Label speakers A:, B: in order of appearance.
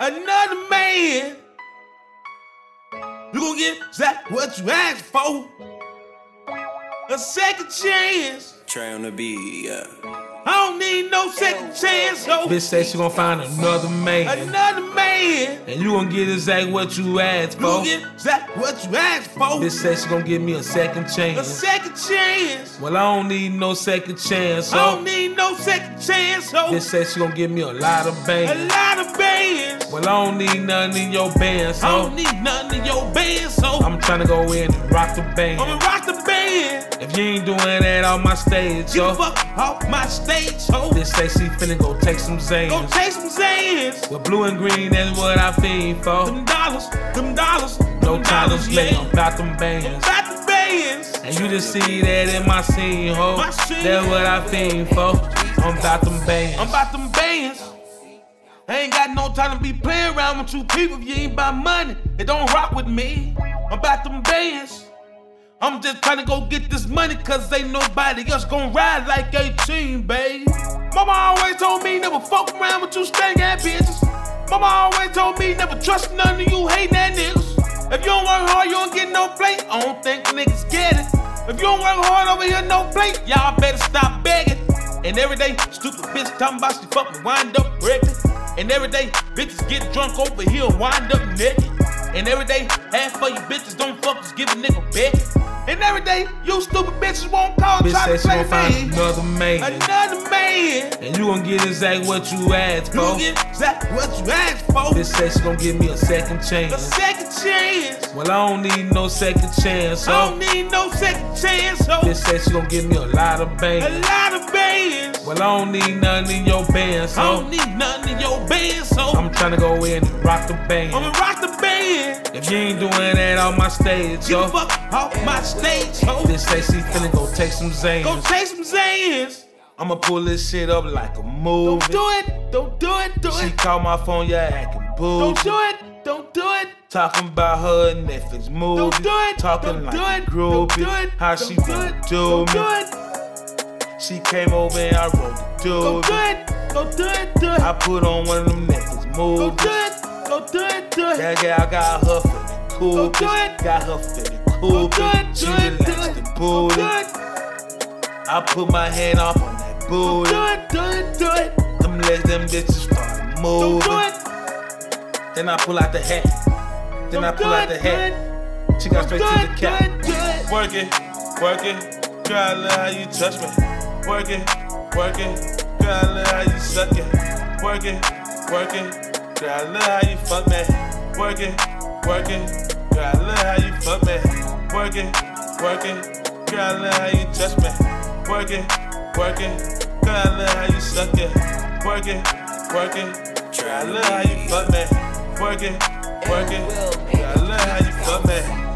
A: another man. You gonna get that what you asked for? A second chance.
B: Try on the beat, yeah.
A: I don't need no second chance. So
C: Bitch say she gonna find another man.
A: another man.
C: And you gonna get exactly what you asked
A: You gonna
C: for.
A: get that what you asked for?
C: Bitch say she gonna give me a second
A: A
C: chance.
A: second chance.
C: Well, I don't need no second chance.
A: I don't
C: So
A: need no second chance. So
C: bitch say she gonna give me a lot of
A: a
C: bands.
A: lot of bands.
C: Well, I don't need nothing in your band.
A: I don't
C: So
A: need nothing in your band. So I'm
C: I'm tryna go in and rock the
A: gonna
C: band.
A: rock the band.
C: If you ain't doing that on my stage,
A: You
C: so
A: fuck off my stage. So
C: bitch say she finna go take some
A: go
C: Zans.
A: take some Zans.
C: With blue and green, that's what I fiend for.
A: Them dollars, them dollars, them
C: No time
A: dollars,
C: to play, I'm
A: yeah.
C: about them bands.
A: About the bands.
C: And you just see that in my scene, ho.
A: My scene.
C: That's what I fiend for. I'm about them bands.
A: I'm about them bands. I ain't got no time to be playing around with you people if you ain't about money. It don't rock with me. I'm about them bands. I'm just trying to go get this money cause ain't nobody else gonna ride like 18, babe. Mama always told me never fuck around with you stank ass bitches. Mama always told me never trust none of you hating that niggas. If you don't work hard, you don't get no plate. I don't think niggas get it. If you don't work hard over here, no plate. Y'all better stop begging. And every day, stupid bitch talking about she fucking wind up pregnant. And every day, bitches get drunk over here and wind up naked. And every day, half of you bitches don't fuck, just give a nigga back. And every day, you stupid bitches won't call,
C: Bitch
A: try
C: say
A: to
C: she gonna
A: play
C: find
A: me.
C: another man.
A: Another man,
C: And you gonna get exactly what you asked
A: you
C: for.
A: get exactly what you asked for.
C: Bitch say she gonna give me a second
A: A
C: chance.
A: second chance,
C: Well, I don't need no second chance,
A: I don't
C: so
A: need no second chance, so
C: bitch say she gonna give me a lot of
A: a
C: bands.
A: lot of bands.
C: Well, I don't need nothing in your band,
A: I don't
C: so
A: need nothing in your band, so
C: I'm tryna go in and rock the
A: I'ma
C: band.
A: rock the band.
C: If you ain't doing that on my stage,
A: Get the
C: so
A: fuck off my stage, so
C: bitch say she finna go take some
A: go
C: Zans.
A: take some Zans.
C: I'ma pull this shit up like a
A: Don't
C: movie.
A: do it, don't do it, do
C: She
A: it.
C: called my phone, yeah, acting
A: Don't
C: bougie.
A: do it, don't do it.
C: Talking about her Netflix movie.
A: Don't do it. Don't
C: Talking like
A: do
C: a
A: it.
C: groupie.
A: Don't do it.
C: How
A: Don't
C: she
A: do
C: wanna
A: it.
C: do
A: Don't
C: me.
A: do it.
C: She came over and I wrote the
A: Go
C: dude.
A: do it. Go do it. Do
C: I
A: it.
C: put on one of them Netflix
A: Go
C: movies.
A: do it. Go do it. Do it.
C: That girl got her feeling cool.
A: Don't do it.
C: Got her feeling
A: Go
C: cool.
A: do it.
C: She
A: Do it. Do
C: relaxed
A: it.
C: the
A: Go
C: booty.
A: do it.
C: I put my hand off on that
A: Go do
C: booty.
A: it. Do it. Do it.
C: Them legs, them bitches started
A: Don't
C: moving.
A: do it.
C: Then I pull out the hat. Then I
A: Don't do
C: pull out the
A: it. Do
C: hat.
A: it.
C: She got
A: Do
C: straight to the
A: it. Do
C: cat.
A: it. Do it.
C: Work it, work it, girl, I love how you touch me. Work it, work it, girl, I love how you suck it. Work it, work it, girl, I love how you fuck me. Work it, work it, girl, I love how you fuck me. Work it, work it, girl, I love how you touch me. Work it, work it, girl, I love how you suck it. Work it, work it, girl, I love how you fuck me. Work it, work it, girl, I love how you fuck me.